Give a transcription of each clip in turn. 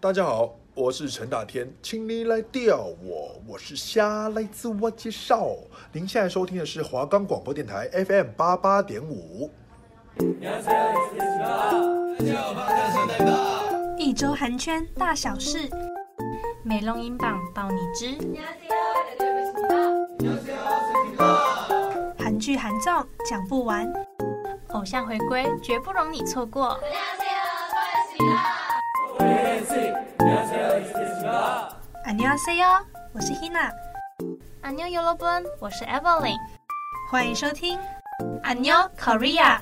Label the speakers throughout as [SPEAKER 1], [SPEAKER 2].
[SPEAKER 1] 大家好，我是陈大天，请你来钓我，我是虾，来自我介绍。您现在收听的是华冈广播电台 FM 八八点五。
[SPEAKER 2] 一周韩圈大小事，美容音榜报你知。韩剧韩综讲不完，偶像回归绝不容你错过。안녕하세요，我是 Hina，
[SPEAKER 3] 안녕여러분，我是 Evelyn。
[SPEAKER 2] 欢迎收听안녕 Korea。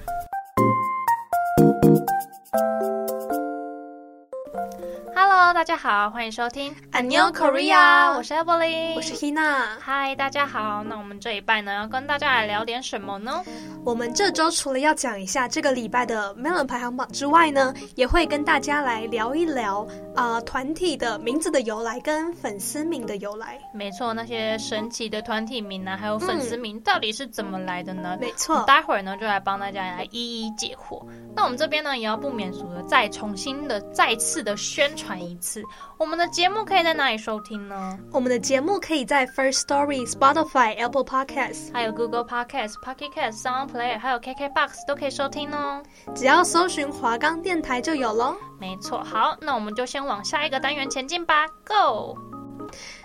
[SPEAKER 3] Hello，大家好，欢迎收听
[SPEAKER 4] 안녕 Korea
[SPEAKER 3] 我是 Evelyn，
[SPEAKER 4] 我是 Hina。
[SPEAKER 3] 嗨，大家好。那我们这一拜呢，要跟大家来聊点什么呢？
[SPEAKER 4] 我们这周除了要讲一下这个礼拜的 Melon 排行榜之外呢，也会跟大家来聊一聊啊、呃团体的名字的由来跟粉丝名的由来。
[SPEAKER 3] 没错，那些神奇的团体名啊呢，还有粉丝名，到底是怎么来的呢？
[SPEAKER 4] 没错，
[SPEAKER 3] 待会儿呢，就来帮大家来一一解惑。那我们这边呢，也要不免俗的再重新的、再次的宣传一次，我们的节目可以在哪里收听呢？
[SPEAKER 4] 我们的节目可以在 First Story、Spotify、Apple Podcasts，
[SPEAKER 3] 还有 Google Podcast、Pocket Cast、Sound Player，还有 KKBox 都可以收听哦。
[SPEAKER 4] 只要搜寻华冈电台就有喽。
[SPEAKER 3] 没错，好，那我们就先往下一个单元前进吧，Go！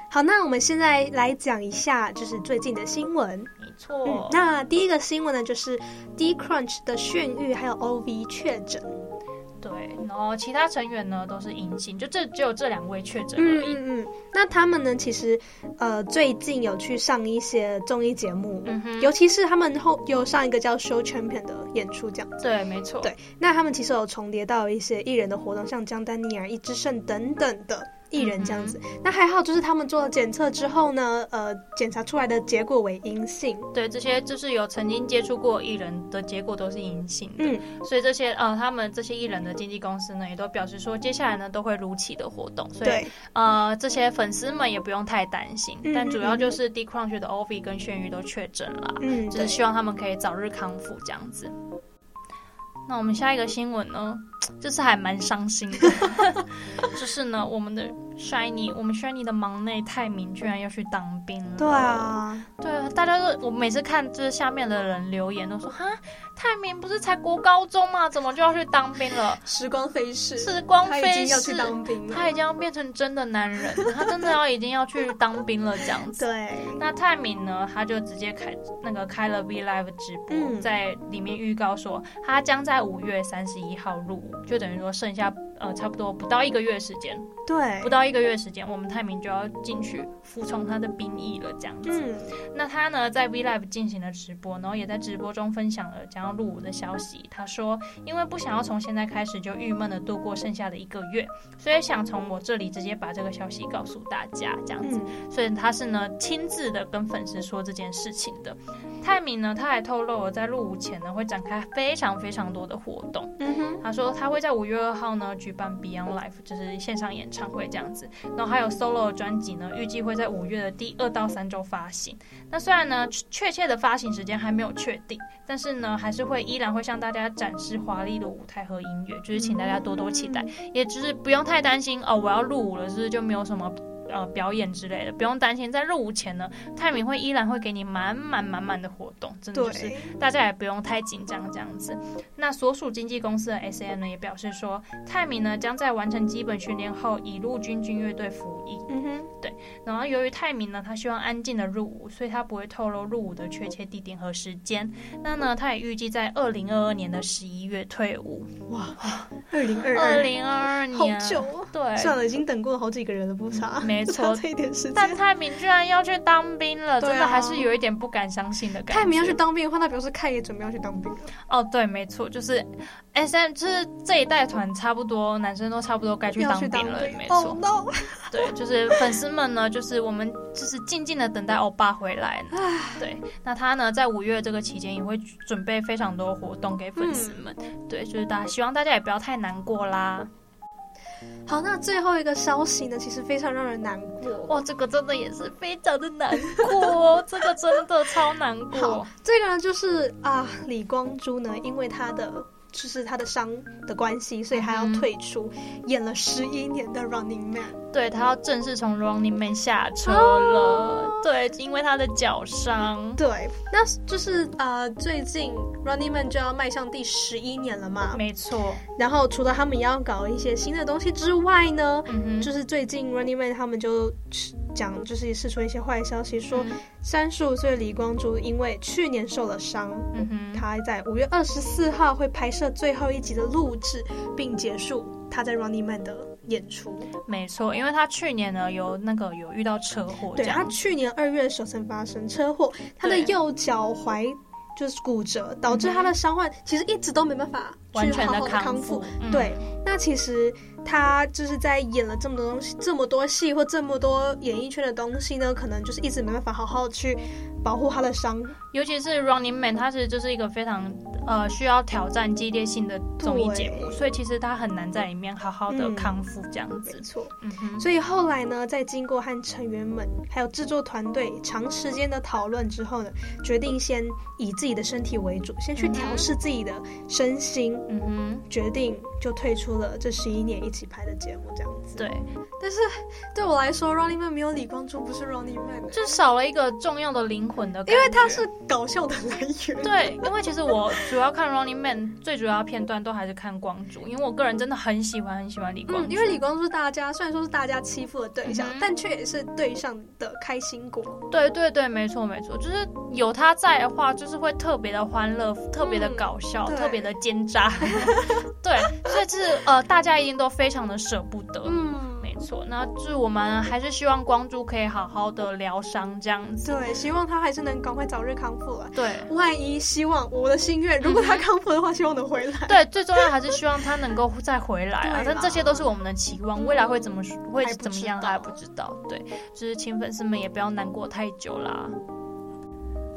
[SPEAKER 4] 好，那我们现在来讲一下就是最近的新闻。
[SPEAKER 3] 没
[SPEAKER 4] 嗯
[SPEAKER 3] 错，，
[SPEAKER 4] 那第一个新闻呢，就是 D Crunch 的炫育还有 OV 确诊。
[SPEAKER 3] 对，然后其他成员呢都是阴性，就这只有这两位确诊
[SPEAKER 4] 嗯
[SPEAKER 3] 而已。
[SPEAKER 4] 嗯嗯，那他们呢，其实呃最近有去上一些综艺节目，
[SPEAKER 3] 嗯哼，
[SPEAKER 4] 尤其是他们后有上一个叫《Show Champion》的演出这样。
[SPEAKER 3] 对，没错，
[SPEAKER 4] 对那他们其实有重叠到一些艺人的活动，像江丹妮儿、啊一之胜等等的艺人这样子。那还好，就是他们做了检测之后呢，呃，检查出来的结果为阴性。
[SPEAKER 3] 对，这些就是有曾经接触过艺人的结果都是阴性的，
[SPEAKER 4] 嗯
[SPEAKER 3] 所以这些呃，他们这些艺人的经纪公司呢也都表示说，接下来呢都会如期的活动，所以
[SPEAKER 4] 对，
[SPEAKER 3] 呃，这些粉丝们也不用太担心。
[SPEAKER 4] 嗯
[SPEAKER 3] 但主要就是 D Crunch 的 OV 跟炫宇都确诊了，
[SPEAKER 4] 嗯，
[SPEAKER 3] 就是
[SPEAKER 4] 对。
[SPEAKER 3] 希望他们可以早日康复这样子。那我们下一个新闻呢，就是还蛮伤心的， 就是呢，我们的 Shiny，我们 Shiny 的忙内泰明居然要去当兵了。
[SPEAKER 4] 对，啊，
[SPEAKER 3] 对啊，大家都我每次看就是下面的人留言都说，哈，泰明不是才国高中吗？怎么就要去当兵 了？
[SPEAKER 4] 时光飞逝，
[SPEAKER 3] 时光
[SPEAKER 4] 他已
[SPEAKER 3] 飞
[SPEAKER 4] 经要
[SPEAKER 3] 逝
[SPEAKER 4] 去，当兵
[SPEAKER 3] 他
[SPEAKER 4] 了。
[SPEAKER 3] 已经要变成真的男人了，他真的要已经要去当兵了这样子。
[SPEAKER 4] 对，
[SPEAKER 3] 那泰敏呢，他就直接开那个开了 V Live 直播，
[SPEAKER 4] 嗯
[SPEAKER 3] 在里面预告说他将在五月三十一号入伍，就等于说剩下呃差不多不到一个月时间，
[SPEAKER 4] 对
[SPEAKER 3] 不，到一个月时间，我们泰敏就要进去服从他的兵役了这样子。
[SPEAKER 4] 嗯，
[SPEAKER 3] 那他呢，在 V Live 进行了直播，然后也在直播中分享了将要入伍的消息。他说，因为不想要从现在开始就郁闷的度过剩下的一个月，所以想从我这里直接把这个消息告诉大家，这样子。
[SPEAKER 4] 嗯，
[SPEAKER 3] 所以他是呢亲自的跟粉丝说这件事情的。泰明呢，他还透露了在入伍前呢会展开非常非常多的活动。
[SPEAKER 4] 嗯哼，
[SPEAKER 3] 他说他会在五月二号呢举办 Beyond Life，就是线上演唱会这样子，然后还有 solo 的专辑呢，预计会在五月的第二到三周发行。那虽然呢确确切的发行时间还没有确定，但是呢还是会依然会向大家展示华丽的舞台和音乐，就是请大家多多期待，也就是不用太担心哦，我要入伍了，是不是就没有什么？呃，表演之类的不用担心，在入伍前呢，泰明会依然会给你满满满满的活动，真的就是
[SPEAKER 4] 对，
[SPEAKER 3] 大家也不用太紧张这样子。那所属经纪公司的 S M 呢也表示说，泰明呢将在完成基本训练后，以陆军军乐队服役。
[SPEAKER 4] 嗯哼，
[SPEAKER 3] 然后由于泰明呢，他希望安静的入伍，所以他不会透露入伍的确切地点和时间。那呢，他也预计在二零二二年的十一月退伍。
[SPEAKER 4] 二零二
[SPEAKER 3] 二
[SPEAKER 4] 二，
[SPEAKER 3] 零二二
[SPEAKER 4] 好
[SPEAKER 3] 年，啊
[SPEAKER 4] 久哦。
[SPEAKER 3] 对，
[SPEAKER 4] 算了，已经等过好几个人了，不差，
[SPEAKER 3] 没
[SPEAKER 4] 不
[SPEAKER 3] 错
[SPEAKER 4] 差这一点时
[SPEAKER 3] 但
[SPEAKER 4] 间。
[SPEAKER 3] 泰明居然要去当兵了，
[SPEAKER 4] 对啊
[SPEAKER 3] 真的还是有一点不敢相信的感觉。
[SPEAKER 4] 泰明要去当兵的话，那表示凯也准备要去当兵了。
[SPEAKER 3] 哦，对，没错，就是 S M，就是这一代团差不多，男生都差不多该去
[SPEAKER 4] 要
[SPEAKER 3] 当
[SPEAKER 4] 去
[SPEAKER 3] 兵了，
[SPEAKER 4] 兵
[SPEAKER 3] 没
[SPEAKER 4] 哦
[SPEAKER 3] 错。
[SPEAKER 4] no！
[SPEAKER 3] 对，就是粉丝们呢，就是我们就是静静的等待欧巴回来。对，那他呢，在五月这个期间也会准备非常多活动给粉丝们。
[SPEAKER 4] 嗯
[SPEAKER 3] 对，就是大家希望大家也不要太难过啦。
[SPEAKER 4] 好，那最后一个消息呢，其实非常让人难过。
[SPEAKER 3] 哇，这个真的也是非常的难过，哦这个真的超难过
[SPEAKER 4] 好。这个呢，就是啊，李光洙呢，因为他的就是他的伤的关系，所以他要
[SPEAKER 3] 嗯
[SPEAKER 4] 退出，演了十一年的 Running Man。
[SPEAKER 3] 对他要正式从 Running Man 下车
[SPEAKER 4] 啊
[SPEAKER 3] 了，对，因为他的脚伤。
[SPEAKER 4] 对，那就是呃，最近呃 Running Man 就要迈向第十一年了嘛。
[SPEAKER 3] 没错，
[SPEAKER 4] 然后除了他们要搞一些新的东西之外呢，
[SPEAKER 3] 嗯哼，
[SPEAKER 4] 就是最近 Running Man 他们就讲，就是释出一些坏消息，说
[SPEAKER 3] 嗯
[SPEAKER 4] 三十五岁的李光洙因为去年受了伤，
[SPEAKER 3] 嗯哼，
[SPEAKER 4] 他在五月二十四号会拍摄最后一集的录制，并结束他在 Running Man 的演出。
[SPEAKER 3] 没错，因为他去年呢有那个有遇到车祸，
[SPEAKER 4] 对
[SPEAKER 3] 这
[SPEAKER 4] 他
[SPEAKER 3] 样
[SPEAKER 4] 去年二月的时候曾发生车祸，他的
[SPEAKER 3] 对
[SPEAKER 4] 右脚踝就是骨折，导致
[SPEAKER 3] 嗯哼
[SPEAKER 4] 他的伤患其实一直都没办法
[SPEAKER 3] 完
[SPEAKER 4] 去
[SPEAKER 3] 全
[SPEAKER 4] 好好
[SPEAKER 3] 的
[SPEAKER 4] 的康
[SPEAKER 3] 复，嗯，
[SPEAKER 4] 对，那其实他就是在演了这么多东西、这么多戏或这么多演艺圈的东西呢，可能就是一直没办法好好去保护他的伤。
[SPEAKER 3] 尤其是 Running Man，它其实就是一个非常呃需要挑战激烈性的综艺节目，
[SPEAKER 4] 对
[SPEAKER 3] 所以其实他很难在里面好好的康复这样
[SPEAKER 4] 没
[SPEAKER 3] 子。
[SPEAKER 4] 错，
[SPEAKER 3] 嗯哼，
[SPEAKER 4] 所以后来呢，在经过和成员们还有制作团队长时间的讨论之后呢，决定先以自己的身体为主，先去调试自己的身心，
[SPEAKER 3] 嗯哼，
[SPEAKER 4] 决定就退出了这十一年一起拍的节目这样子。
[SPEAKER 3] 对，
[SPEAKER 4] 但是对我来说，Running Man 没有李光洙不是 Running Man，欸
[SPEAKER 3] 就少了一个重要的灵魂的感
[SPEAKER 4] 因
[SPEAKER 3] 觉，
[SPEAKER 4] 为他是搞笑的来源。
[SPEAKER 3] 对，因为其实我主要看 Running Man 最主要片段都还是看光洙，因为我个人真的很喜欢很喜欢李光洙、
[SPEAKER 4] 嗯，因为李光洙是大家虽然说是大家欺负的对象，
[SPEAKER 3] 嗯哼
[SPEAKER 4] 但却也是对象的开心果。
[SPEAKER 3] 对对对，没错没错，就是有他在的话，就是会特别的欢乐，特别的搞笑，
[SPEAKER 4] 嗯对
[SPEAKER 3] 特别的奸诈， 对，所以就是呃，大家一定都非常的舍不得，
[SPEAKER 4] 嗯，
[SPEAKER 3] 没错，那就是我们还是希望光洙可以好好的疗伤这样子。
[SPEAKER 4] 对，希望他还是能赶快早日康复了。
[SPEAKER 3] 对
[SPEAKER 4] 万一希望我的心愿，如果他康复的话，希望能回来。
[SPEAKER 3] 对，最重要还是希望他能够再回来啊！
[SPEAKER 4] 对啦
[SPEAKER 3] 但这些都是我们的期望，未来会怎么会
[SPEAKER 4] 还不
[SPEAKER 3] 怎么样
[SPEAKER 4] 知道
[SPEAKER 3] 还不知道。对，就是亲粉丝们也不要难过太久啦。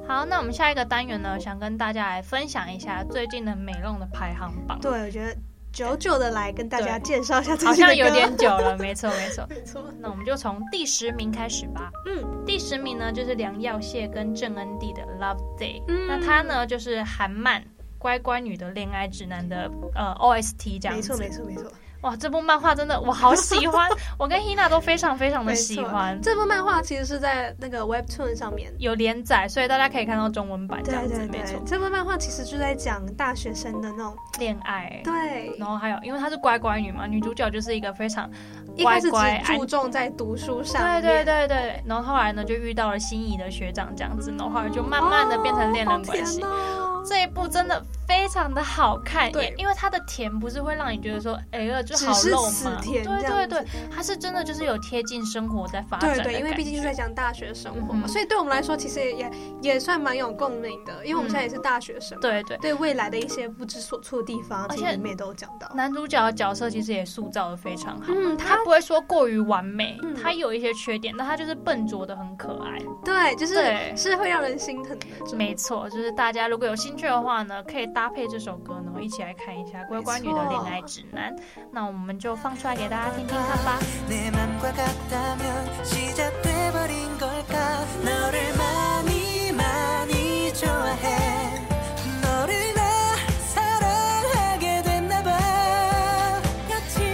[SPEAKER 3] 好，那我们下一个单元呢，想跟大家来分享一下最近的美容的排行榜。
[SPEAKER 4] 对，我觉得久久的来跟大家介绍一下最
[SPEAKER 3] 好
[SPEAKER 4] 近的
[SPEAKER 3] 像
[SPEAKER 4] 歌
[SPEAKER 3] 有 点久了，没错没错。
[SPEAKER 4] 没错。
[SPEAKER 3] 那我们就从第十名开始吧。
[SPEAKER 4] 嗯，
[SPEAKER 3] 第十名呢就是梁耀谢跟郑恩地的《Love Day》，
[SPEAKER 4] 嗯
[SPEAKER 3] 那它呢就是韩漫。乖乖女的恋爱指南的呃 OST 这样
[SPEAKER 4] 没
[SPEAKER 3] 子，
[SPEAKER 4] 错，没错，嗯没错。
[SPEAKER 3] 哇，这部漫画真的我好喜欢，我跟 Hina 都非常非常的
[SPEAKER 4] 没
[SPEAKER 3] 喜
[SPEAKER 4] 错
[SPEAKER 3] 欢，
[SPEAKER 4] 这部漫画其实是在那个 Webtoon 上面。
[SPEAKER 3] 有连载，所以大家可以看到中文版这
[SPEAKER 4] 对
[SPEAKER 3] 样子，
[SPEAKER 4] 对
[SPEAKER 3] 没错
[SPEAKER 4] 对，，这部漫画其实就在讲大学生的那种，
[SPEAKER 3] 恋爱，
[SPEAKER 4] 对，
[SPEAKER 3] 然后还有因为她是乖乖女嘛，女主角就是一个非常
[SPEAKER 4] 一开始
[SPEAKER 3] 乖乖
[SPEAKER 4] 只注重在读书上
[SPEAKER 3] 对
[SPEAKER 4] 面，
[SPEAKER 3] 对对对，然后后来呢就遇到了心仪的学长这样子，然后后来就慢慢的变成恋人关系，
[SPEAKER 4] 哦好甜哦
[SPEAKER 3] 这一部真的非常的好看，
[SPEAKER 4] 对
[SPEAKER 3] 也因为它的甜不是会让你觉得说，哎呀，就好
[SPEAKER 4] 只是
[SPEAKER 3] 肉
[SPEAKER 4] 死
[SPEAKER 3] 麻，
[SPEAKER 4] 甜这
[SPEAKER 3] 对
[SPEAKER 4] 样
[SPEAKER 3] 对
[SPEAKER 4] 子
[SPEAKER 3] 对，它是真的就是有贴近生活在发展
[SPEAKER 4] 对
[SPEAKER 3] 的
[SPEAKER 4] 对，因为
[SPEAKER 3] 感
[SPEAKER 4] 毕竟是
[SPEAKER 3] 觉
[SPEAKER 4] 在讲大学生活嘛，
[SPEAKER 3] 嗯哼
[SPEAKER 4] 所以对我们来说其实也也也算蛮有共鸣的，因为我们现在也是大学生嘛，
[SPEAKER 3] 对对。
[SPEAKER 4] 对未来的一些不知所措的地方，
[SPEAKER 3] 而
[SPEAKER 4] 其
[SPEAKER 3] 且
[SPEAKER 4] 实你们也都有讲到。
[SPEAKER 3] 男主角的角色其实也塑造的非常好，
[SPEAKER 4] 嗯，
[SPEAKER 3] 他
[SPEAKER 4] 他
[SPEAKER 3] 不会说过于完美，
[SPEAKER 4] 嗯
[SPEAKER 3] 他有一些缺点，但他就是笨拙的很可爱。
[SPEAKER 4] 对，嗯就是
[SPEAKER 3] 对
[SPEAKER 4] 是会让人心疼的那种。
[SPEAKER 3] 没错，就是大家如果有兴趣的话呢，可以搭配这首歌，然后一起来看一下《乖乖女的恋爱指南》。那我们就放出来给大家听听看吧。
[SPEAKER 4] 嗯
[SPEAKER 5] 내 맘과 같다면 시작돼버린 걸까 너를 많이 많이 좋아해 너를 나 사랑하게 됐나봐 며칠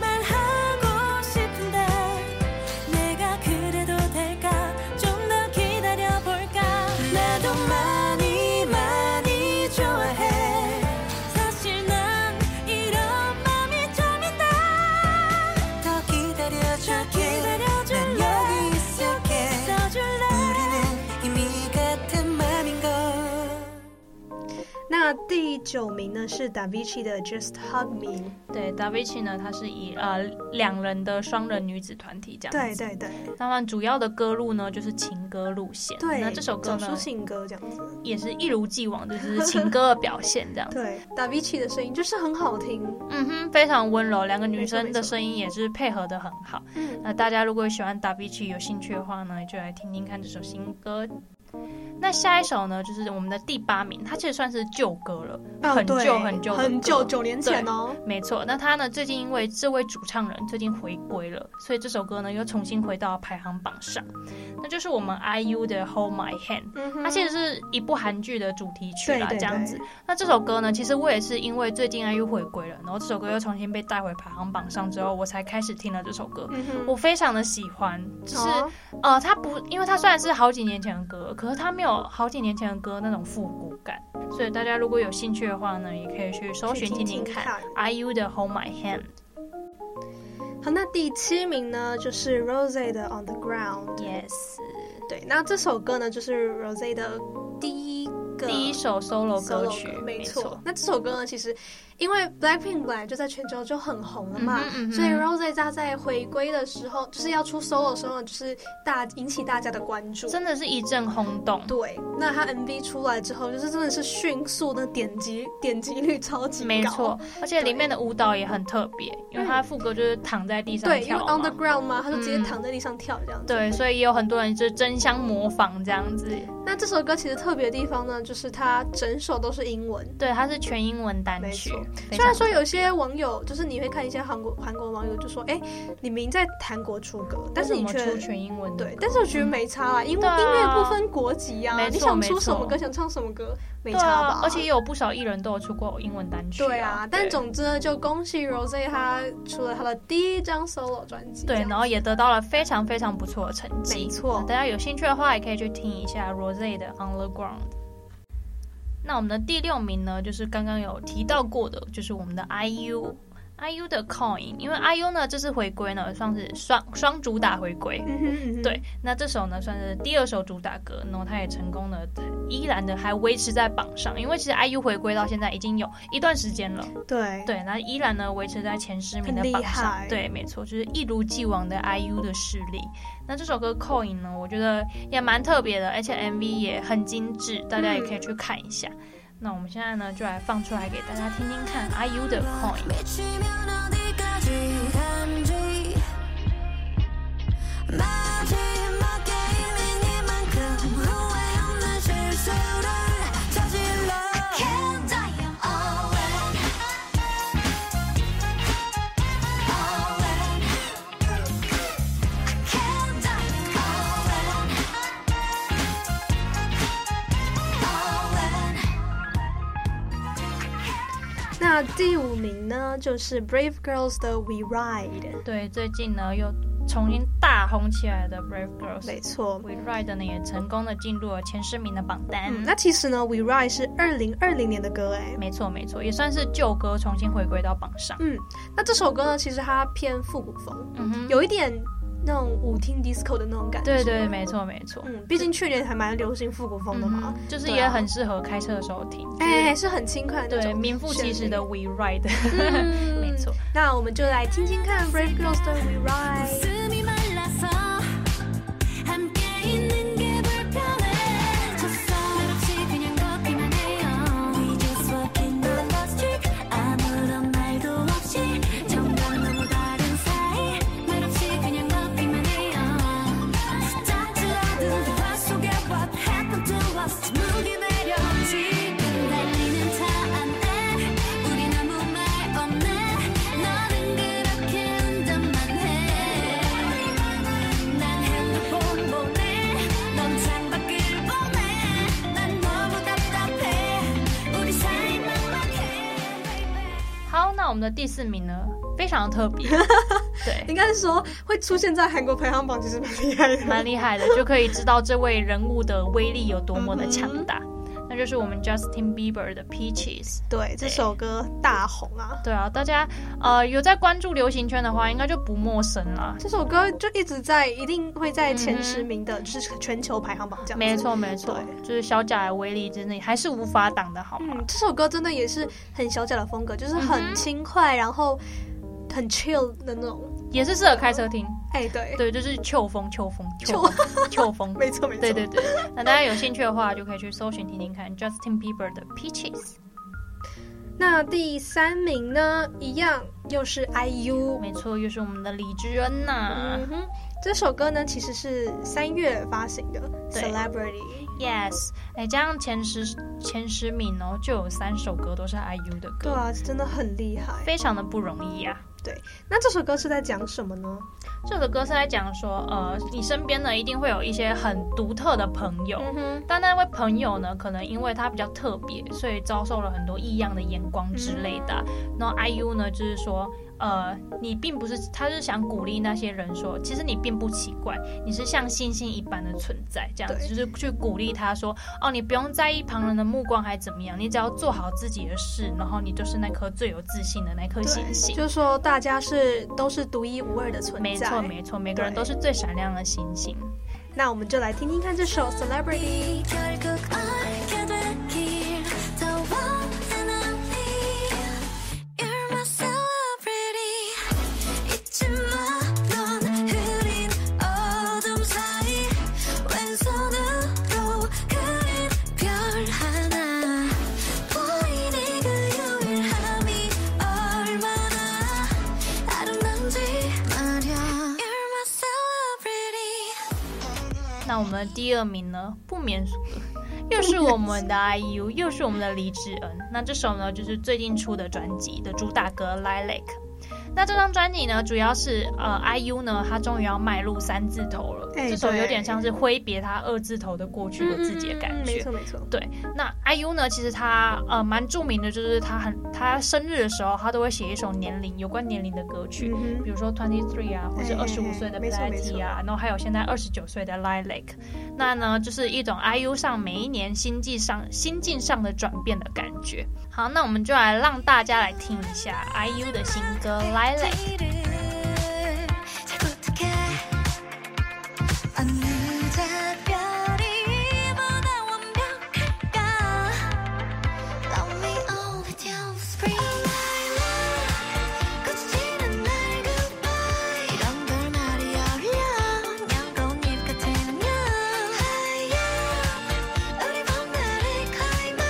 [SPEAKER 5] 말하고 싶은데 내가 그래도 될까 좀 더 기다려볼까 나도 많이 많이 좋아해 사실 난 이런 맘이 좀 있다 더 기다려줄게 난 여기 있을게 우리는 이미 같은 맘인걸
[SPEAKER 4] 那第九名呢是 Davichi 的 Just Hug Me，
[SPEAKER 3] 对 d a v i c i 呢，他是以呃两人的双人女子团体这样
[SPEAKER 4] 对
[SPEAKER 3] 子。
[SPEAKER 4] 对对
[SPEAKER 3] 他们主要的歌路呢，就是情歌路线。
[SPEAKER 4] 对，
[SPEAKER 3] 那这首歌
[SPEAKER 4] 走抒
[SPEAKER 3] 呢，
[SPEAKER 4] 情歌这样子。
[SPEAKER 3] 也是一如既往，就是情歌的表现这样子。
[SPEAKER 4] 对，Davichi 的声音就是很好听，
[SPEAKER 3] 嗯哼，非常温柔，两个女
[SPEAKER 4] 没错
[SPEAKER 3] 生的
[SPEAKER 4] 没错
[SPEAKER 3] 声音也是配合的很好。
[SPEAKER 4] 嗯，
[SPEAKER 3] 那大家如果喜欢 Da v i c i 有兴趣的话呢，就来听听看这首新歌。那下一首呢，就是我们的第八名，它其实算是旧歌了，
[SPEAKER 4] 哦
[SPEAKER 3] 很
[SPEAKER 4] 对
[SPEAKER 3] 旧很旧的
[SPEAKER 4] 很
[SPEAKER 3] 歌
[SPEAKER 4] 久，九年前
[SPEAKER 3] 对
[SPEAKER 4] 哦。
[SPEAKER 3] 没错，那他呢？最近因为这位主唱人最近回归了，所以这首歌呢又重新回到排行榜上。那就是我们 IU 的《Hold My Hand》，
[SPEAKER 4] 嗯哼
[SPEAKER 3] 它其实是一部韩剧的主题曲啦，
[SPEAKER 4] 对对
[SPEAKER 3] 这样子。那这首歌呢，其实我也是因为最近 IU 回归了，然后这首歌又重新被带回排行榜上之后，我才开始听了这首歌。
[SPEAKER 4] 嗯哼
[SPEAKER 3] 我非常的喜欢，就是、
[SPEAKER 4] 哦
[SPEAKER 3] 呃，它不，因为它虽然是好几年前的歌，可是它没有好几年前的歌那种复古感，所以大家如果有兴趣的话呢，也可以去搜寻
[SPEAKER 4] 去
[SPEAKER 3] 听
[SPEAKER 4] 听
[SPEAKER 3] 听
[SPEAKER 4] 听
[SPEAKER 3] 看
[SPEAKER 4] 看
[SPEAKER 3] IU 的《Hold My Hand》。
[SPEAKER 4] 好，那第七名呢，就是 Rose 的 On the Ground。
[SPEAKER 3] Yes，
[SPEAKER 4] 对，那这首歌呢，就是 Rose 的第一个
[SPEAKER 3] 第一首 solo 歌
[SPEAKER 4] solo
[SPEAKER 3] 曲，
[SPEAKER 4] 没错。。那这首歌呢，其实因为 Blackpink 本来就在全球就很红了嘛，
[SPEAKER 3] 嗯哼嗯哼
[SPEAKER 4] 所以 Rose 她在回归的时候，就是要出 solo 的时候，就是大引起大家的关注。
[SPEAKER 3] 真的是一阵轰动，
[SPEAKER 4] 对，那她 MV 出来之后，就是真的是迅速的点击点击率超级高，
[SPEAKER 3] 没错，，而且里面的舞蹈也很特别，因为它的副歌就是躺在地上
[SPEAKER 4] 对，因为
[SPEAKER 3] 跳
[SPEAKER 4] on the
[SPEAKER 3] 嘛
[SPEAKER 4] ground 嘛，她就直接
[SPEAKER 3] 嗯
[SPEAKER 4] 躺在地上跳这样子。
[SPEAKER 3] 对，所以也有很多人就争相模仿这样子。
[SPEAKER 4] 那这首歌其实特别的地方呢，就是它整首都是英文。
[SPEAKER 3] 对，它是全英文单
[SPEAKER 4] 没
[SPEAKER 3] 曲
[SPEAKER 4] 错，
[SPEAKER 3] 非
[SPEAKER 4] 虽然
[SPEAKER 3] 常
[SPEAKER 4] 说有些网友，就是你会看一些韩国韩国网友就说，哎、你明在韩国出歌，但是你
[SPEAKER 3] 为什么出
[SPEAKER 4] 却
[SPEAKER 3] 全英文的
[SPEAKER 4] 对，但是我觉得没差啊，因为
[SPEAKER 3] 对啊
[SPEAKER 4] 音乐不分国籍啊，
[SPEAKER 3] 没错
[SPEAKER 4] 你想出什么
[SPEAKER 3] 没
[SPEAKER 4] 歌，
[SPEAKER 3] 错
[SPEAKER 4] 想唱什么歌，没
[SPEAKER 3] 对
[SPEAKER 4] 差
[SPEAKER 3] 啊
[SPEAKER 4] 吧？
[SPEAKER 3] 而且也有不少艺人都有出过英文单曲、
[SPEAKER 4] 对啊，但
[SPEAKER 3] 对
[SPEAKER 4] 总之呢，就恭喜 Rose 她出了她的第一张 solo 专辑，
[SPEAKER 3] 对，
[SPEAKER 4] 这样
[SPEAKER 3] 然后也得到了非常非常不错的成绩。
[SPEAKER 4] 没错
[SPEAKER 3] 大家有兴趣的话，也可以去听一下 Rose 的 On the Ground。那我们的第六名呢，就是刚刚有提到过的，就是我们的 IU。IU 的 Coin，因为 IU 呢这次回归呢算是双双主打回归，
[SPEAKER 4] 嗯哼嗯哼
[SPEAKER 3] 对，那这首呢算是第二首主打歌，然后它也成功的依然的还维持在榜上，因为其实 IU 回归到现在已经有一段时间了，
[SPEAKER 4] 对
[SPEAKER 3] 对，那依然呢维持在前十名的
[SPEAKER 4] 很厉
[SPEAKER 3] 榜上
[SPEAKER 4] 害，
[SPEAKER 3] 对，没错，就是一如既往的 IU 的实力。那这首歌《Coin》呢，我觉得也蛮特别的，而且 MV 也很精致，大家也
[SPEAKER 4] 嗯
[SPEAKER 3] 可以去看一下。那我们现在呢就来放出来给大家听听看 IU 的《Coin》。
[SPEAKER 5] 미치면 어디까지 간지 마지막 게임인 이만큼 후회 없는 실수를 저질러 I can't die I'm all in All in I can't die All in All in
[SPEAKER 4] 那第五名呢，就是 Brave Girls 的 We Ride，
[SPEAKER 3] 对，最近呢又重新大红起来的 Brave
[SPEAKER 4] 没
[SPEAKER 3] Girls。
[SPEAKER 4] 错。
[SPEAKER 3] We Ride 呢也成功的进入了前十名的榜单。
[SPEAKER 4] 嗯，那其实呢，We Ride 是二零二零年的歌哎。
[SPEAKER 3] 没错没错，也算是旧歌重新回归到榜上。
[SPEAKER 4] 嗯，那这首歌呢，其实它偏复古风，
[SPEAKER 3] 嗯哼，
[SPEAKER 4] 有一点那种舞厅 disco 的那种感觉。
[SPEAKER 3] 对对，没错没错。
[SPEAKER 4] 嗯，毕竟去年还蛮流行复古风的嘛
[SPEAKER 3] 嗯，哼就是
[SPEAKER 4] 对啊
[SPEAKER 3] 也很适合开车的时候听。
[SPEAKER 4] 哎、是很轻快的那
[SPEAKER 3] 对，
[SPEAKER 4] 种。
[SPEAKER 3] 名副其实的 We Ride，
[SPEAKER 4] 嗯
[SPEAKER 3] 没错。
[SPEAKER 4] 那我们就来听听看 Brave Girls 的 We Ride。
[SPEAKER 5] 웃음이 말라서 함께 있는 게 불편해졌어 없이 그냥 걷기만 해요 We just walking on the street 아무런 말도 없이 정말 너무 다른 사이 말없이 그냥 걷기만 해요 스타트라도 대화 속에 What happened to us 주물이 내렸지 날리는 차 안에 우린 아무 말 없네 너는 그렇게 운전만 해난 핸드폰 보내 넌 창밖을 보내 난 너무 답답해 우리 사이 막막해 baby
[SPEAKER 3] 好，那我们的第四名呢，非常特 别，对，
[SPEAKER 4] 应该是说会出现在韩国排行榜，其实蛮厉害的。
[SPEAKER 3] 蛮厉害的，就可以知道这位人物的威力有多么
[SPEAKER 4] 嗯
[SPEAKER 3] 的强大。那就是我们 Justin Bieber 的 Peaches。
[SPEAKER 4] 对，这首歌大红啊。
[SPEAKER 3] 对啊，大家呃有在关注流行圈的话，应该就不陌生啦。
[SPEAKER 4] 这首歌就一直在，一定会在前十名的，就是全球排行榜这样子。
[SPEAKER 3] 没错没错，就是小贾的威力真的还是无法挡的，好吗？
[SPEAKER 4] 嗯，这首歌真的也是很小贾的风格，就是
[SPEAKER 3] 嗯
[SPEAKER 4] 很
[SPEAKER 3] 哼
[SPEAKER 4] 轻快，然后很 chill 的那种。
[SPEAKER 3] 也是适合开车听。
[SPEAKER 4] 哎，对，
[SPEAKER 3] 对，就是秋风，秋风，秋 风，秋风。
[SPEAKER 4] 没错没错。
[SPEAKER 3] 对对对，那大家有兴趣的话，就可以去搜寻听听看 Justin Bieber 的 Peaches。
[SPEAKER 4] 那第三名呢，一样又是 IU。
[SPEAKER 3] 没错，又是我们的李智恩呐、
[SPEAKER 4] 嗯哼，这首歌呢其实是三月发行的《
[SPEAKER 3] 对
[SPEAKER 4] Celebrity》。
[SPEAKER 3] Yes，哎，这样前十前十名哦，就有三首歌都是 IU 的歌，
[SPEAKER 4] 对啊，真的很厉害。
[SPEAKER 3] 非常的不容易啊。
[SPEAKER 4] 那这首歌是在讲什么呢？
[SPEAKER 3] 这首歌是在讲说，呃，你身边呢一定会有一些很独特的朋友，
[SPEAKER 4] 嗯哼，
[SPEAKER 3] 但那位朋友呢，可能因为他比较特别，所以遭受了很多异样的眼光之类的啊。然后 IU 呢，就是说，呃，你并不是，他是想鼓励那些人说，其实你并不奇怪，你是像星星一般的存在，这样子
[SPEAKER 4] 对
[SPEAKER 3] 就是去鼓励他说，哦，你不用在意旁人的目光还怎么样，你只要做好自己的事，然后你就是那颗最有自信的那颗星星。
[SPEAKER 4] 就是说大家是都是独一无二的存在。
[SPEAKER 3] 没错，没错，每个人
[SPEAKER 4] 对
[SPEAKER 3] 都是最闪亮的星星。
[SPEAKER 4] 那我们就来听听看这首《Celebrity》。
[SPEAKER 5] 결국 알게 될길 더워진 언니 You're my celebrity 잊지 마넌 흐린 어둠 사이 왼손으로 그린 별 하나 보이니 그 유일함이 얼마나 아름다운지 말야 You're my celebrity
[SPEAKER 3] 那我们的第二名呢，不免俗的，又是我们的 IU，又是我们的李智恩。那这首呢，就是最近出的专辑的主打歌《Lilac》。那这张专辑呢，主要是呃，IU 呢，他终于要迈入三字头了。
[SPEAKER 4] 哎
[SPEAKER 3] 这首有
[SPEAKER 4] 对
[SPEAKER 3] 点像是挥别他二字头的过去的自己的感
[SPEAKER 4] 嗯
[SPEAKER 3] 觉。
[SPEAKER 4] 没错没错。
[SPEAKER 3] 那 IU 呢，其实他呃蛮著名的，就是他很他生日的时候，他都会写一首年龄有关年龄的歌曲，
[SPEAKER 4] 嗯
[SPEAKER 3] 比如说 Twenty Three 啊，或是
[SPEAKER 4] 哎哎
[SPEAKER 3] 二十五
[SPEAKER 4] 哎
[SPEAKER 3] 岁的
[SPEAKER 4] 没错没
[SPEAKER 3] Betty
[SPEAKER 4] 错
[SPEAKER 3] 啊，然后还有现在二十九岁的 Lilac，那呢就是一种 IU 上每一年心境上心境上的转变的感觉。好，那我们就来让大家来听一下 IU 的新歌 Lilac。
[SPEAKER 5] 뒤를 잘 부탁해 어느 작별이 보다 완벽할까 Love me all with your spring lilac 거칠은 날 goodbye 이런 걸 말이 어려 그냥 꽃잎 같은 안녕 하얀 우리 봄날의 climb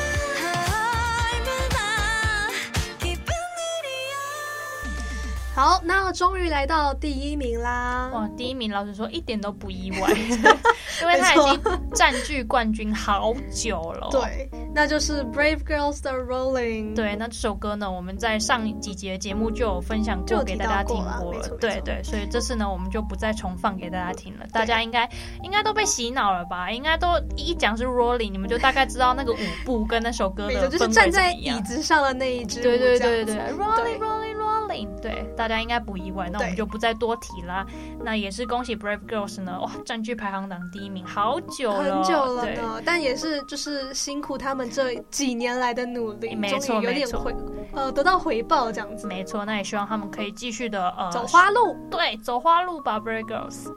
[SPEAKER 5] 얼마나 기쁜 일이야
[SPEAKER 4] 好，那终于来到第一名啦。
[SPEAKER 3] 哇，第一名老实说一点都不意外， 因为他已经占据冠军好久了。。哦
[SPEAKER 4] 对，那就是《Brave Girls》的《Rolling》。
[SPEAKER 3] 对，那这首歌呢，我们在上几节节目就有分享
[SPEAKER 4] 就
[SPEAKER 3] 过
[SPEAKER 4] 有
[SPEAKER 3] 给
[SPEAKER 4] 提
[SPEAKER 3] 大
[SPEAKER 4] 到
[SPEAKER 3] 家听
[SPEAKER 4] 过啦没
[SPEAKER 3] 了
[SPEAKER 4] 错，没
[SPEAKER 3] 对
[SPEAKER 4] 错
[SPEAKER 3] 对，所以这次呢，我们就不再重放给大家听了。大家应该应该都被洗脑了吧？应该都一讲是 Rolling，你们就大概知道那个舞 步跟那首歌
[SPEAKER 4] 没
[SPEAKER 3] 的
[SPEAKER 4] 错，
[SPEAKER 3] 氛
[SPEAKER 4] 就是
[SPEAKER 3] 围
[SPEAKER 4] 站
[SPEAKER 3] 怎么
[SPEAKER 4] 在椅
[SPEAKER 3] 样
[SPEAKER 4] 子上的那一只。
[SPEAKER 3] 对对
[SPEAKER 4] 这
[SPEAKER 3] 对对
[SPEAKER 4] 样子
[SPEAKER 3] ，Rolling Rolling Rolling，对，大家应该不意外，那我们
[SPEAKER 4] 对
[SPEAKER 3] 就不再多提啦。那也是恭喜 Brave Girls 呢，哇，占据排行榜第一名好久了，
[SPEAKER 4] 很久了
[SPEAKER 3] 对
[SPEAKER 4] 呢，但也是就是辛苦他们这几年来的努力，
[SPEAKER 3] 没错
[SPEAKER 4] 终于有点
[SPEAKER 3] 没错
[SPEAKER 4] 回呃得到回报这样子，
[SPEAKER 3] 没错，那也希望他们可以继续的呃
[SPEAKER 4] 走花路。
[SPEAKER 3] 对，走花路吧，Brave Girls。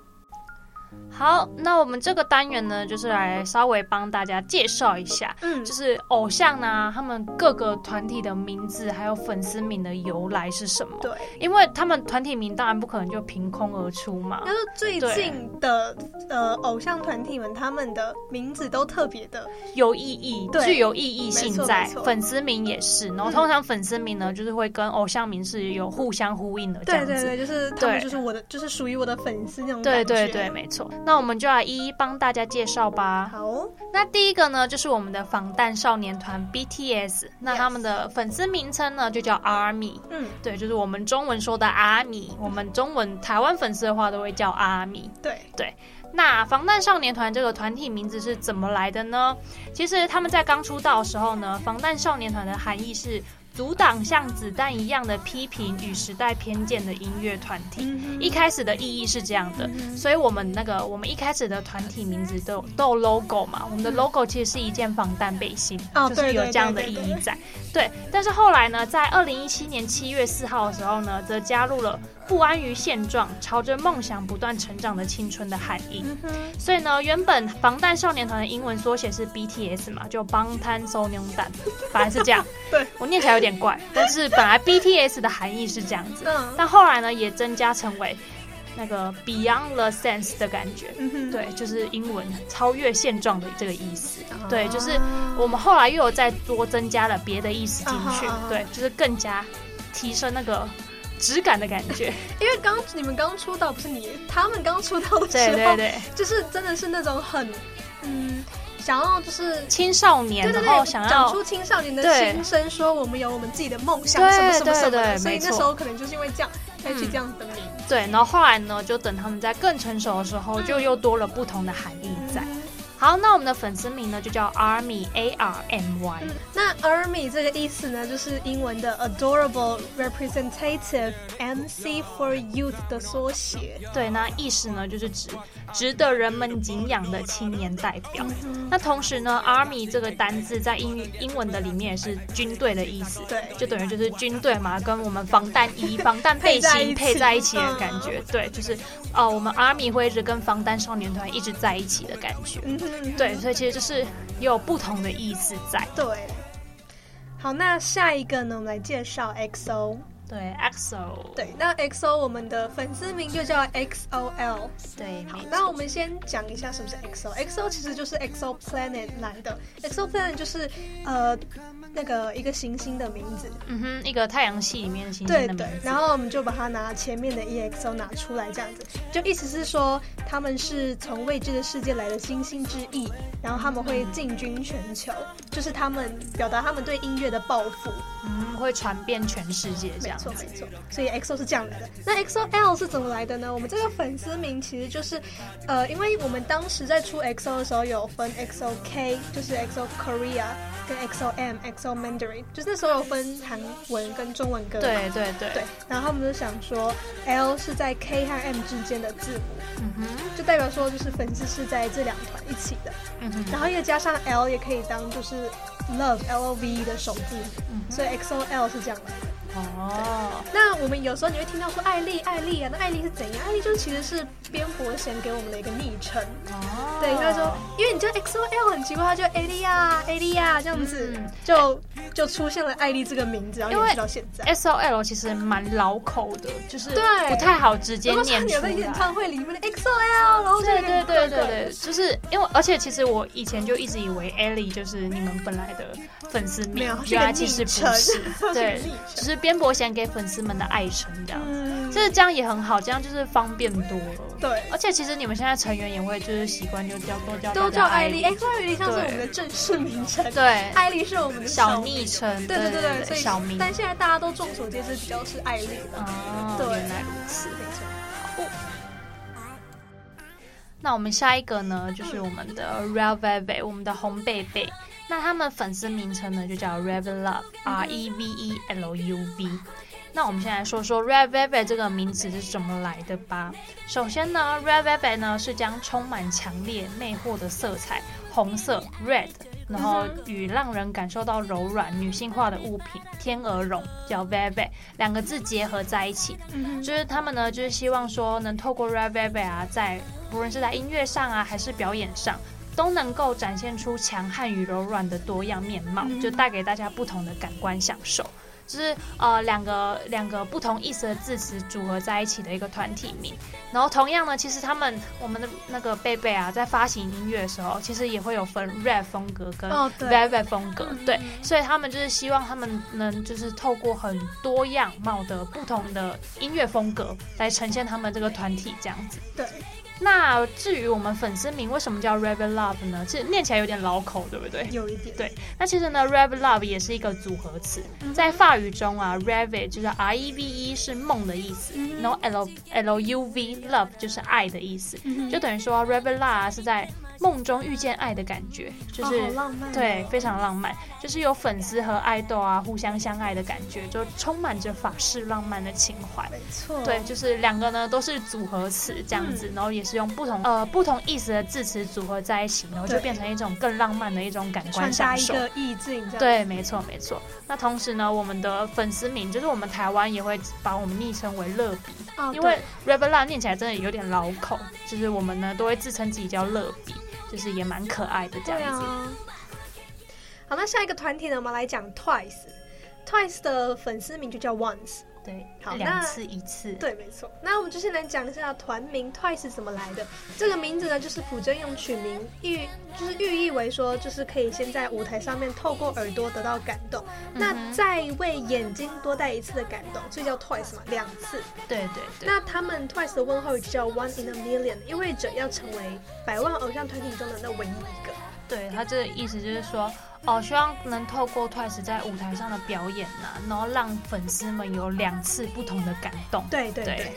[SPEAKER 3] 好，那我们这个单元呢，就是来稍微帮大家介绍一下，
[SPEAKER 4] 嗯
[SPEAKER 3] 就是偶像呢、啊他们各个团体的名字还有粉丝名的由来是什么？
[SPEAKER 4] 对，
[SPEAKER 3] 因为他们团体名当然不可能就凭空而出嘛
[SPEAKER 4] 但。是最
[SPEAKER 3] 啊对
[SPEAKER 4] 近的呃偶像团体们，他们的名字都特别的，
[SPEAKER 3] 有意义，
[SPEAKER 4] 对
[SPEAKER 3] 具有意义性在
[SPEAKER 4] 没错没错嗯
[SPEAKER 3] 粉丝名也是，然后通常粉丝名呢，就是会跟偶像名是有互相呼应的这
[SPEAKER 4] 对
[SPEAKER 3] 样子。
[SPEAKER 4] 对对，就是他们
[SPEAKER 3] 对
[SPEAKER 4] 就是我的，就是属于我的粉丝那种
[SPEAKER 3] 对
[SPEAKER 4] 感觉。
[SPEAKER 3] 对对，没错。那我们就来一一帮大家介绍吧。
[SPEAKER 4] 好哦，
[SPEAKER 3] 那第一个呢，就是我们的防弹少年团 BTS，那他们的粉丝名称呢就叫 ARMY，
[SPEAKER 4] 嗯，
[SPEAKER 3] 对，就是我们中文说的阿米，我们中文台湾粉丝的话都会叫阿米。
[SPEAKER 4] 对，
[SPEAKER 3] 那防弹少年团这个团体名字是怎么来的呢？其实他们在刚出道的时候呢，防弹少年团的含义是阻挡像子弹一样的批评与时代偏见的音乐团体。
[SPEAKER 4] 嗯
[SPEAKER 3] 一开始的意义是这样的，所以我们那个我们一开始的团体名字都有都有 logo 嘛，我们的 logo 其实是一件防弹背心，
[SPEAKER 4] 嗯哦
[SPEAKER 3] 就是
[SPEAKER 4] 对
[SPEAKER 3] 有
[SPEAKER 4] 对
[SPEAKER 3] 这样的
[SPEAKER 4] 对
[SPEAKER 3] 意
[SPEAKER 4] 对
[SPEAKER 3] 义在。对，但是后来呢，在二零一七年七月四号的时候呢，则加入了不安于现状，朝着梦想不断成长的青春的含义。
[SPEAKER 4] 嗯
[SPEAKER 3] 所以呢，原本防弹少年团的英文缩写是 BTS 嘛，就帮摊收牛蛋，本来是这样。
[SPEAKER 4] 对，
[SPEAKER 3] 我念起来有点怪，但是本来 BTS 的含义是这样子。
[SPEAKER 4] 嗯
[SPEAKER 3] 但后来呢，也增加成为那个 Beyond the Sense 的感觉。
[SPEAKER 4] 嗯哼，
[SPEAKER 3] 对，就是英文超越现状的这个意思。
[SPEAKER 4] 啊
[SPEAKER 3] 对，就是我们后来又有再多增加了别的意思进去
[SPEAKER 4] 啊哈啊哈，
[SPEAKER 3] 对，就是更加提升那个质感的感 觉。
[SPEAKER 4] 因为刚你们刚出道，不是你他们刚出道的时
[SPEAKER 3] 对
[SPEAKER 4] 候，
[SPEAKER 3] 对对，
[SPEAKER 4] 就是真的是那种很嗯，想要就是。
[SPEAKER 3] 青少年，
[SPEAKER 4] 对对
[SPEAKER 3] 然
[SPEAKER 4] 对，
[SPEAKER 3] 后哦想
[SPEAKER 4] 讲
[SPEAKER 3] 要
[SPEAKER 4] 出青少年的
[SPEAKER 3] 对
[SPEAKER 4] 心声，说我们有我们自己的梦想，
[SPEAKER 3] 对
[SPEAKER 4] 什么什么什么
[SPEAKER 3] 对
[SPEAKER 4] 的，
[SPEAKER 3] 对
[SPEAKER 4] 所以
[SPEAKER 3] 没
[SPEAKER 4] 那
[SPEAKER 3] 错
[SPEAKER 4] 时候可能就是因为这样才取这样的名字。
[SPEAKER 3] 对，然后后来呢，就等他们在更成熟的时
[SPEAKER 4] 嗯
[SPEAKER 3] 候，就又多了不同的含义在。好，那我们的粉丝名呢就叫 Army A R M Y，
[SPEAKER 4] 嗯那 army 这个意思呢，就是英文的 adorable representative MC for youth 的缩写。
[SPEAKER 3] 对，那意思呢就是指值得人们敬仰的青年代表。那同时呢，Army 这个单字在英语英文的里面也是军队的意思，
[SPEAKER 4] 对
[SPEAKER 3] 就等于就是军队嘛，跟我们防弹 衣、防弹背心
[SPEAKER 4] 配
[SPEAKER 3] 配
[SPEAKER 4] 在
[SPEAKER 3] 在
[SPEAKER 4] 一
[SPEAKER 3] 一
[SPEAKER 4] 起嗯
[SPEAKER 3] 起的感觉，对，就是哦、我们 Army 会一直跟防弹少年团一直在一起的感觉。
[SPEAKER 4] 嗯哼，
[SPEAKER 3] 对，所以其实就是也有不同的意思在。
[SPEAKER 4] 对。好，那下一个呢，我们来介绍 XO。
[SPEAKER 3] 对，EXO，
[SPEAKER 4] 对，那 XO 我们的粉丝名就叫 XOL。
[SPEAKER 3] 对，没
[SPEAKER 4] 那我们先讲一下什么是 XO。XO 其实就是 XO Planet 来的，XO Planet 就是呃那个一个行星的名字。
[SPEAKER 3] 嗯哼，一个太阳系里面的行星
[SPEAKER 4] 对
[SPEAKER 3] 的名
[SPEAKER 4] 对，
[SPEAKER 3] 字
[SPEAKER 4] 然。后我们就把它拿前面的 EXO 拿出来，这样子，就意思是说他们是从未知的世界来的星星之翼，然后他们会进军全球，就是他们表达他们对音乐的抱负。
[SPEAKER 3] 嗯，会传遍全世界这
[SPEAKER 4] 没
[SPEAKER 3] 样
[SPEAKER 4] 错
[SPEAKER 3] 子
[SPEAKER 4] 没。错，所以 XO 是这样来的。那 E XOL 是怎么来的呢？我们这个粉丝名其实就是，呃，因为我们当时在出 XO 的时候有分 E XOK，就是 XO Korea 跟 E XOM、XO Mandarin，就是那时候有分韩文跟中文歌嘛。
[SPEAKER 3] 对对对，
[SPEAKER 4] 对，然后他们就想说，L 是在 K 和 M 之间的字母，
[SPEAKER 3] 嗯哼，
[SPEAKER 4] 就代表说就是粉丝是在这两团一起的，
[SPEAKER 3] 嗯哼，
[SPEAKER 4] 然后又加上 L 也可以当就是 Love L O V E 的首字母，
[SPEAKER 3] 嗯哼
[SPEAKER 4] 所以 E X O L 是这样来的。
[SPEAKER 3] 哦，
[SPEAKER 4] 那我们有时候你会听到说艾丽，艾丽啊，那艾丽是怎样？艾丽就是其实是边伯贤给我们的一个昵称。
[SPEAKER 3] 哦，
[SPEAKER 4] 对，他说，因为你叫 XOL 很奇怪，他就艾丽啊，艾丽啊这样子，
[SPEAKER 3] 嗯
[SPEAKER 4] 就就出现了艾丽这个名字，然后
[SPEAKER 3] 因为
[SPEAKER 4] 一直到现在。
[SPEAKER 3] S O L 其实蛮老口的，就是
[SPEAKER 4] 对
[SPEAKER 3] 不太好直接
[SPEAKER 4] 如果说
[SPEAKER 3] 念
[SPEAKER 4] 你有
[SPEAKER 3] 出
[SPEAKER 4] 在演
[SPEAKER 3] 来。
[SPEAKER 4] 唱会里面的哦 XOL，然后就有
[SPEAKER 3] 对
[SPEAKER 4] 点
[SPEAKER 3] 对
[SPEAKER 4] 怪
[SPEAKER 3] 对
[SPEAKER 4] 怪
[SPEAKER 3] 对对，就是因为，而且其实我以前就一直以为 Ellie 就是你们本来的粉丝
[SPEAKER 4] 没
[SPEAKER 3] 名
[SPEAKER 4] 有，是
[SPEAKER 3] 原
[SPEAKER 4] 个
[SPEAKER 3] 来其
[SPEAKER 4] 昵
[SPEAKER 3] 实不
[SPEAKER 4] 称，
[SPEAKER 3] 是，对
[SPEAKER 4] 是个昵，
[SPEAKER 3] 只
[SPEAKER 4] 称
[SPEAKER 3] 是边伯贤给粉丝们的爱称这样子。
[SPEAKER 4] 嗯，
[SPEAKER 3] 就是这样也很好，这样就是方便多了。
[SPEAKER 4] 对
[SPEAKER 3] 而且其实你们现在成员也会就是习惯就叫多叫
[SPEAKER 4] 都
[SPEAKER 3] 大
[SPEAKER 4] 叫
[SPEAKER 3] 家
[SPEAKER 4] 艾
[SPEAKER 3] 艾
[SPEAKER 4] 丽
[SPEAKER 3] 丽，
[SPEAKER 4] ，XOL 有点像是我们的正式名称，
[SPEAKER 3] 对，
[SPEAKER 4] 艾丽是我们的
[SPEAKER 3] 小
[SPEAKER 4] 名，
[SPEAKER 3] 昵称，
[SPEAKER 4] 对
[SPEAKER 3] 对
[SPEAKER 4] 对对所以
[SPEAKER 3] 小名。
[SPEAKER 4] 但现在大家都众所皆知，比较是艾丽嗯了，
[SPEAKER 3] 哦，
[SPEAKER 4] 对
[SPEAKER 3] 原来如此。
[SPEAKER 4] 没错。
[SPEAKER 3] 那我们下一个呢，就是我们的 Red Velvet，我们的红贝贝。那他们粉丝名称呢，就叫 Red Love，R E V E L U V。那我们先来说说 Red Velvet 这个名词是怎么来的吧。首先呢，Red Velvet 呢是将充满强烈魅惑的色彩，红色 Red，然后与让人感受到柔软女性化的物品天鹅绒叫 Velvet 两个字结合在一起，
[SPEAKER 5] 嗯
[SPEAKER 3] 就是他们呢，就是希望说能透过 Red Velvet 啊，在无论是在音乐上啊，还是表演上，都能够展现出强悍与柔软的多样面貌，
[SPEAKER 4] 嗯
[SPEAKER 3] 就带给大家不同的感官享受。就是呃两个两个不同意思的字词组合在一起的一个团体名，然后同样呢，其实他们我们的那个贝贝啊，在发行音乐的时候，其实也会有分 rap 风格跟
[SPEAKER 4] 哦对
[SPEAKER 3] velvet 风格，对，所以他们就是希望他们能就是透过很多样貌的不同的音乐风格来呈现他们这个团体这样子。
[SPEAKER 4] 对，
[SPEAKER 3] 那至于我们粉丝名为什么叫 Rebel Love 呢？其实念起来有点老口，对不对？
[SPEAKER 4] 有一点，
[SPEAKER 3] 对，那其实呢，Rev Love 也是一个组合词，
[SPEAKER 4] 嗯
[SPEAKER 3] 在法语中啊，Rev 就是 R E V E 是梦的意思，
[SPEAKER 5] 嗯
[SPEAKER 3] 然后 L L U V Love 就是爱的意思，
[SPEAKER 4] 嗯
[SPEAKER 5] 嗯
[SPEAKER 3] 就等于说 Rev Love 啊是在梦中遇见爱的感觉，就
[SPEAKER 4] 哦
[SPEAKER 3] 是、
[SPEAKER 4] 好浪漫哦
[SPEAKER 3] 对，非常浪漫，就是有粉丝和爱豆啊互相相爱的感觉，就充满着法式浪漫的情怀。
[SPEAKER 4] 没错，
[SPEAKER 3] 对，就是两个呢都是组合词这样
[SPEAKER 4] 嗯
[SPEAKER 3] 子，然后也是用不同呃不同意思的字词组合在一起，然后就
[SPEAKER 4] 对
[SPEAKER 3] 变成一种更浪漫的一种感官
[SPEAKER 4] 传达
[SPEAKER 3] 享
[SPEAKER 4] 一
[SPEAKER 3] 受。
[SPEAKER 4] 个意境，这样，
[SPEAKER 3] 对，没错没错。那同时呢，我们的粉丝名就是我们台湾也会把我们昵称为乐比，
[SPEAKER 4] 哦
[SPEAKER 3] 因为 Rebella 念起来真的有点老口，就是我们呢都会自称自己叫乐比，就是也蛮可爱的这
[SPEAKER 4] 对对
[SPEAKER 3] 样子。
[SPEAKER 4] 啊。好，那下一个团体呢，我们来讲 Twice。Twice 的粉丝名就叫 Once，
[SPEAKER 3] 对
[SPEAKER 4] 好，
[SPEAKER 3] 两
[SPEAKER 4] 那
[SPEAKER 3] 次一次，
[SPEAKER 4] 对，没错。那我们就先来讲一下团名 Twice 是怎么来的。这个名字呢，就是朴真用取名，寓就是寓意为说，就是可以先在舞台上面透过耳朵得到感动，那再为眼睛多带一次的感动，所以叫 Twice 嘛，两次。
[SPEAKER 3] 对对对，
[SPEAKER 4] 那他们 Twice 的问候语就叫 One in a Million，意味着要成为百万偶像团体中的那唯一一个。
[SPEAKER 3] 对他这个意思就是说，哦，希望能透过 Twice 在舞台上的表演呐、然后让粉丝们有两次不同的感动。
[SPEAKER 4] 对对
[SPEAKER 3] 对
[SPEAKER 4] 对。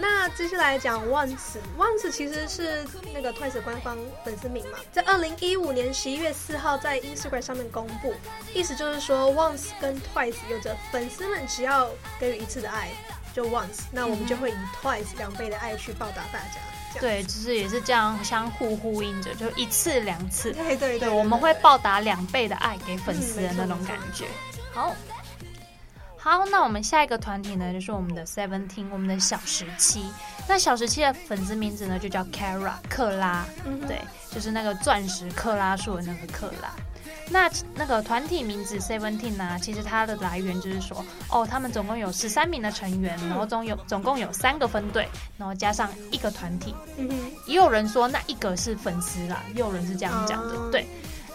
[SPEAKER 4] 那接下来讲 Once，Once 其实是那个 Twice 官方粉丝名嘛，在二零一五年十一月四号在 Instagram 上面公布，意思就是说 Once 跟 Twice 有着粉丝们只要给予一次的爱，就 Once，那我们就会
[SPEAKER 3] 嗯
[SPEAKER 4] 以 Twice 两倍的爱去报答大家。这样
[SPEAKER 3] 对，就是也是这样相互呼应着，就一次两次。
[SPEAKER 4] 对对对
[SPEAKER 3] 对，我们会报答两倍的爱给粉丝的那种
[SPEAKER 4] 嗯没错
[SPEAKER 3] 感觉。好，好，那我们下一个团体呢，就是我们的 Seventeen，我们的小十七。那小十七的粉丝名字呢，就叫 Kara 克拉，
[SPEAKER 4] 嗯哼
[SPEAKER 3] 对，就是那个钻石克拉数的那个克拉。那那个团体名字 Seventeen 呢、其实它的来源就是说，哦，他们总共有十三名的成员，
[SPEAKER 4] 嗯
[SPEAKER 3] 然后总有总共有三个分队，然后加上一个团体，
[SPEAKER 4] 嗯哼，
[SPEAKER 3] 也有人说那一个是粉丝啦，也有人是这样讲的。
[SPEAKER 4] 哦
[SPEAKER 3] 对，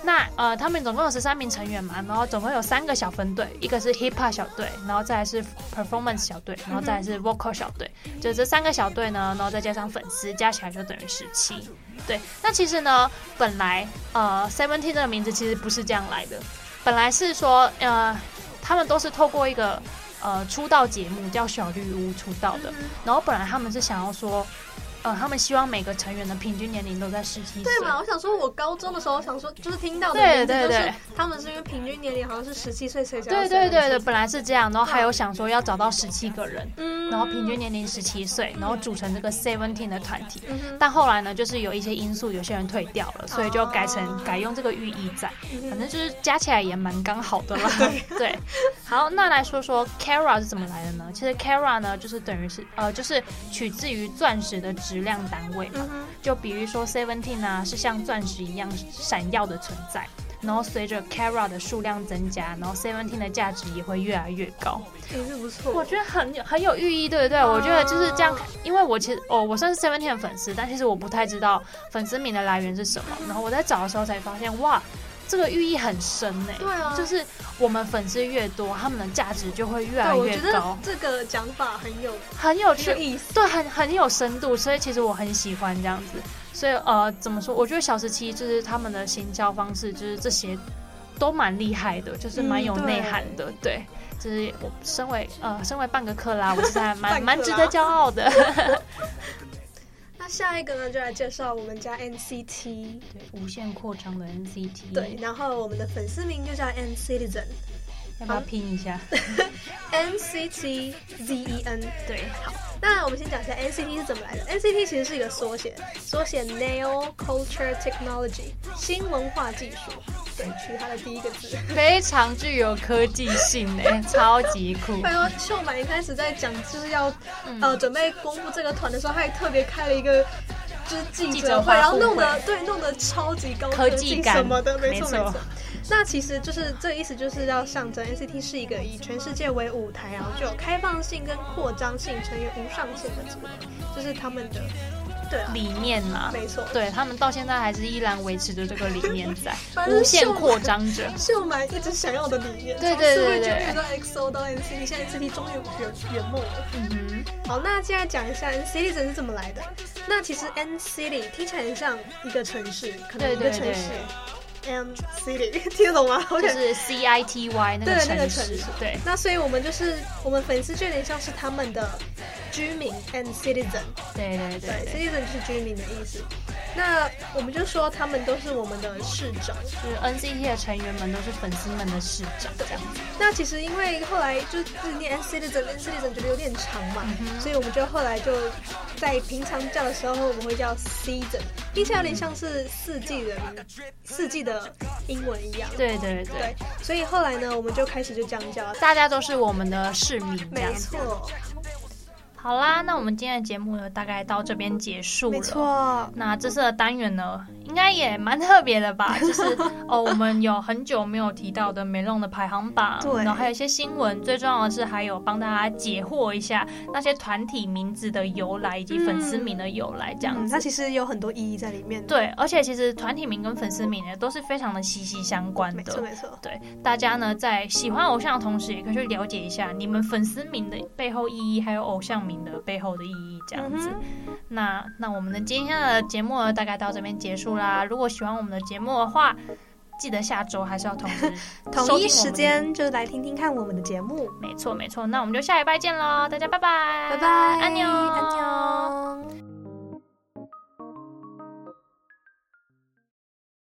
[SPEAKER 3] 那呃，他们总共有十三名成员嘛，然后总共有三个小分队，一个是 hip hop 小队，然后再来是 performance 小队，然后再来是 vocal 小队，就这三个小队呢，然后再加上粉丝，加起来就等于十七。对，那其实呢，本来呃 Seventeen 这个名字其实不是这样来的，本来是说呃，他们都是透过一个呃出道节目叫小绿屋出道的，然后本来他们是想要说，呃，他们希望每个成员的平均年龄都在十七岁，
[SPEAKER 4] 对嘛？我想说，我高中的时候想说，就是听到的
[SPEAKER 3] 对
[SPEAKER 4] 名字就
[SPEAKER 3] 对
[SPEAKER 4] 是
[SPEAKER 3] 对
[SPEAKER 4] 他们是因为平均年龄好像是十七岁，所以叫
[SPEAKER 3] 对对对对，
[SPEAKER 4] 17
[SPEAKER 3] 本来是这样，然后还有想说要找到十七个人，
[SPEAKER 4] 嗯，
[SPEAKER 3] 然后平均年龄十七岁，然后组成这个 Seventeen 的团体。
[SPEAKER 4] 嗯哼
[SPEAKER 3] 但后来呢，就是有一些因素，有些人退掉了，所以就改成、改用这个寓意在，
[SPEAKER 4] 嗯
[SPEAKER 3] 反正就是加起来也蛮刚好的啦。 对，好，那来说说 Kara 是怎么来的呢？其实 Kara 呢，就是等于是呃，就是取自于钻石的质量单位
[SPEAKER 4] 嗯
[SPEAKER 3] 嘛，就比如说 Seventeen 啊，是像钻石一样闪耀的存在。然后随着 Kara 的数量增加，然后 Seventeen 的价值也会越来越高。哦
[SPEAKER 4] 也是不错。
[SPEAKER 3] 我觉得很有很有寓意，对不对？我觉得就是这样看，因为我其实哦，我算是 Seventeen 的粉丝，但其实我不太知道粉丝名的来源是什么。然后我在找的时候才发现，哇，这个寓意很深呢、
[SPEAKER 4] 对啊
[SPEAKER 3] 就是我们粉丝越多，他们的价值就会越来
[SPEAKER 4] 对，啊我
[SPEAKER 3] 越
[SPEAKER 4] 觉得
[SPEAKER 3] 高，
[SPEAKER 4] 这个讲法很有
[SPEAKER 3] 很
[SPEAKER 4] 很
[SPEAKER 3] 有
[SPEAKER 4] 有
[SPEAKER 3] 趣，
[SPEAKER 4] 意思。
[SPEAKER 3] 对，很很有深度。所以其实我很喜欢这样子。所以呃，怎么说？我觉得小时期就是他们的行销方式，就是这些都蛮厉害的，就是蛮
[SPEAKER 4] 嗯
[SPEAKER 3] 有
[SPEAKER 4] 对
[SPEAKER 3] 内涵的，对。就是我身为呃，身为半个克拉，我其实还蛮
[SPEAKER 4] 半个
[SPEAKER 3] 蛮值
[SPEAKER 4] 啦
[SPEAKER 3] 得骄 傲的。
[SPEAKER 4] 那下一个呢，就来介绍我们家 NCT，
[SPEAKER 3] 对，无限扩张的 NCT，
[SPEAKER 4] 对，，然后我们的粉丝名就叫 N Citizen，N
[SPEAKER 3] 要不要拼一下？
[SPEAKER 4] C T Z E N。
[SPEAKER 3] 对，好，
[SPEAKER 4] 那我们先讲一下 NCT 是怎么来的。NCT 其实是一个缩写，缩写 Neo Culture Technology，新文化技术。对，取它的第一个字。
[SPEAKER 3] 非常具有科技性诶，超级酷。
[SPEAKER 4] 拜托，秀满一开始在讲就是要、
[SPEAKER 3] 嗯
[SPEAKER 4] 呃准备公布这个团的时候，他还特别开了一个就是记
[SPEAKER 3] 记
[SPEAKER 4] 者
[SPEAKER 3] 者
[SPEAKER 4] 会，
[SPEAKER 3] 发布会
[SPEAKER 4] 然后弄得对弄得超级高
[SPEAKER 3] 科技
[SPEAKER 4] 技
[SPEAKER 3] 感
[SPEAKER 4] 什么的，没
[SPEAKER 3] 没
[SPEAKER 4] 错
[SPEAKER 3] 错
[SPEAKER 4] 没错。那其实就是这个意思，就是要象征 NCT 是一个以全世界为舞台，然后具有开放性跟扩张性、成员无上限的组合，就是他们的对啊，
[SPEAKER 3] 理念嘛，
[SPEAKER 4] 没错
[SPEAKER 3] 对他们到现在还是依然维持着这个理念在
[SPEAKER 4] 反，正
[SPEAKER 3] 无限
[SPEAKER 4] 秀
[SPEAKER 3] 扩张着。
[SPEAKER 4] 秀满一直想要的理念，
[SPEAKER 3] 对对
[SPEAKER 4] 从四位
[SPEAKER 3] 对对
[SPEAKER 4] 成员到 XO 到 NCT，现在 NCT 终于圆圆梦了。
[SPEAKER 3] 嗯哼，
[SPEAKER 4] 好，那接下来讲一下 N Citizen 是怎么来的。那其实 N City 听起来很像一个城市，可能
[SPEAKER 3] 对
[SPEAKER 4] 一个
[SPEAKER 3] 对
[SPEAKER 4] 城市。N City 听得懂吗？我
[SPEAKER 3] 就
[SPEAKER 4] 感觉
[SPEAKER 3] 是 C I T Y 那
[SPEAKER 4] 对
[SPEAKER 3] 个
[SPEAKER 4] 那个城
[SPEAKER 3] 城市
[SPEAKER 4] 市，
[SPEAKER 3] 对，
[SPEAKER 4] 那所以我们就是我们粉丝就有点像是他们的居民 N Citizen，
[SPEAKER 3] 对
[SPEAKER 4] 对
[SPEAKER 3] 对对对，
[SPEAKER 4] ，Citizen 就是居民的意思。那我们就说他们都是我们的市长，
[SPEAKER 3] 就是 NCT 的成员们都是粉丝们的市长这样子。
[SPEAKER 4] 那其实因为后来就是念 N citizen N citizen 觉得有点长嘛，
[SPEAKER 3] 嗯
[SPEAKER 4] 所以我们就后来就在平常叫的时候，我们会叫 season，听起来有点像是四季的四季的英文一样。
[SPEAKER 3] 对对对
[SPEAKER 4] 对，，所以后来呢，我们就开始就这样叫。
[SPEAKER 3] 大家都是我们的市民这
[SPEAKER 4] 没
[SPEAKER 3] 样子。
[SPEAKER 4] 错。
[SPEAKER 3] 好啦，那我们今天的节目呢，大概到这边结束了。
[SPEAKER 4] 没错，
[SPEAKER 3] 那这次的单元呢，应该也蛮特别的 吧？就是哦，我们有很久没有提到的美弄的排行榜，
[SPEAKER 4] 对
[SPEAKER 3] 然后还有一些新闻，最重要的是还有帮大家解惑一下那些团体名字的由来以及粉丝名的由来，这样
[SPEAKER 4] 嗯，
[SPEAKER 3] 子。
[SPEAKER 4] 它其实有很多意义在里面。，
[SPEAKER 3] 对，而且其实团体名跟粉丝名呢都是非常的息息相关
[SPEAKER 4] 没错
[SPEAKER 3] 的。
[SPEAKER 4] 没错，
[SPEAKER 3] 对，大家呢在喜欢偶像的同时，也可以去了解一下你们粉丝名的背后意义，还有偶像名的背后的意义，这样子。
[SPEAKER 4] 嗯
[SPEAKER 3] 那那我们的今天的节目呢，大概到这边结束啦。如果喜欢我们的节目的话，记得下周还是要同时收听我
[SPEAKER 4] 同
[SPEAKER 3] 们
[SPEAKER 4] 一
[SPEAKER 3] 的
[SPEAKER 4] 时。间就来听听看我们的节目。
[SPEAKER 3] 没错没错，那我们就下礼拜见喽，大家拜拜，
[SPEAKER 4] 拜拜，
[SPEAKER 3] 安妞，
[SPEAKER 4] 安妞。